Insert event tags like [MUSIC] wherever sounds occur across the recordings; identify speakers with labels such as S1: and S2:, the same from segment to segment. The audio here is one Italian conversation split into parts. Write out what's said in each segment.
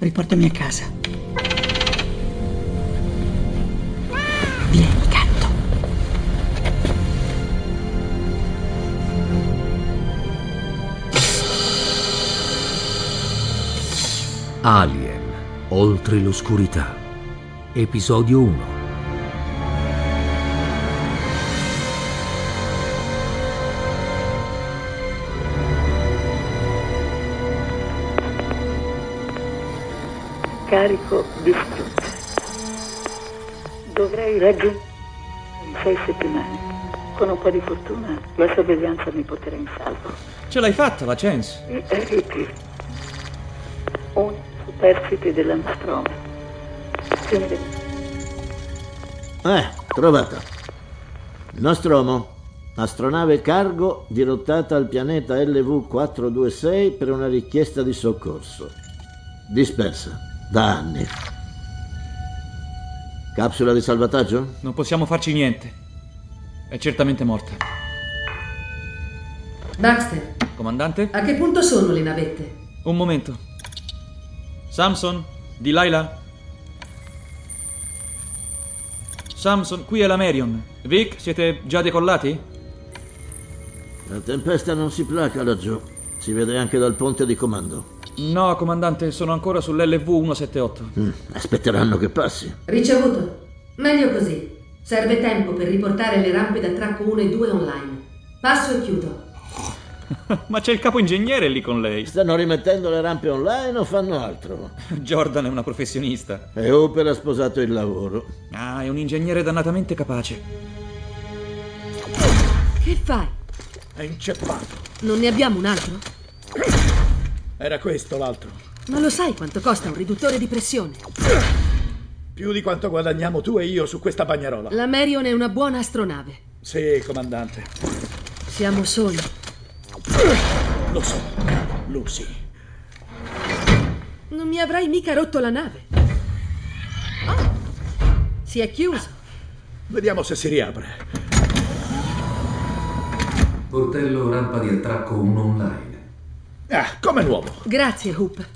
S1: Riportami a casa. Vieni, gatto.
S2: Alien, oltre l'oscurità. Episodio 1.
S3: Carico distrutto. Dovrei raggiungere in sei settimane. Con un po' di fortuna la sorveglianza mi porterà in salvo.
S4: Ce l'hai fatta, la Chance.
S3: I riti. Un superstite dell'Amstroma.
S5: Eh, trovata. Nostromo, astronave cargo dirottata al pianeta LV426 per una richiesta di soccorso. Dispersa da anni. Capsula di salvataggio?
S4: Non possiamo farci niente. È certamente morta.
S6: Baxter,
S4: Comandante?
S6: a che punto sono le navette?
S4: Un momento. Samson? Delilah? Samson, qui è la Marion. Vic, siete già decollati?
S5: La tempesta non si placa laggiù. Si vede anche dal ponte di comando.
S4: No, comandante, sono ancora sull'LV-178.
S5: Mm, aspetteranno che passi.
S6: Ricevuto. Meglio così. Serve tempo per riportare le rampe da tracco 1 e 2 online. Passo e chiudo.
S4: [LAUGHS] Ma c'è il capo ingegnere lì con lei.
S5: Stanno rimettendo le rampe online o fanno altro?
S4: [LAUGHS] Jordan è una professionista.
S5: E Opera ha sposato il lavoro.
S4: Ah, è un ingegnere dannatamente capace.
S7: Che fai?
S8: È inceppato.
S7: Non ne abbiamo un altro?
S8: Era questo l'altro.
S7: Ma lo sai quanto costa un riduttore di pressione?
S8: Più di quanto guadagniamo tu e io su questa bagnarola.
S7: La Marion è una buona astronave.
S8: Sì, comandante.
S7: Siamo soli.
S8: Lo so. Lucy.
S7: Non mi avrai mica rotto la nave. Oh, si è chiuso.
S8: Vediamo se si riapre.
S9: Portello rampa di attracco 1 online.
S8: Ah, come nuovo.
S7: Grazie, Hoop.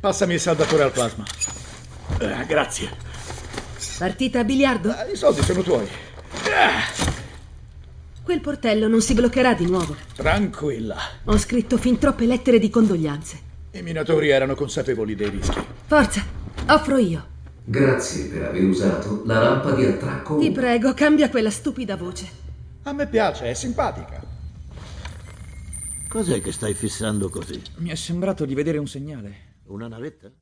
S8: Passami il saldatore al plasma. Ah, grazie.
S7: Partita a biliardo?
S8: Ah, I soldi sono tuoi.
S7: Quel portello non si bloccherà di nuovo.
S8: Tranquilla.
S7: Ho scritto fin troppe lettere di condoglianze.
S8: I minatori erano consapevoli dei rischi.
S7: Forza, offro io.
S9: Grazie per aver usato la rampa di attracco
S7: Ti
S9: 1.
S7: prego, cambia quella stupida voce.
S8: A me piace, è simpatica.
S5: Cos'è che stai fissando così?
S4: Mi è sembrato di vedere un segnale.
S5: Una navetta?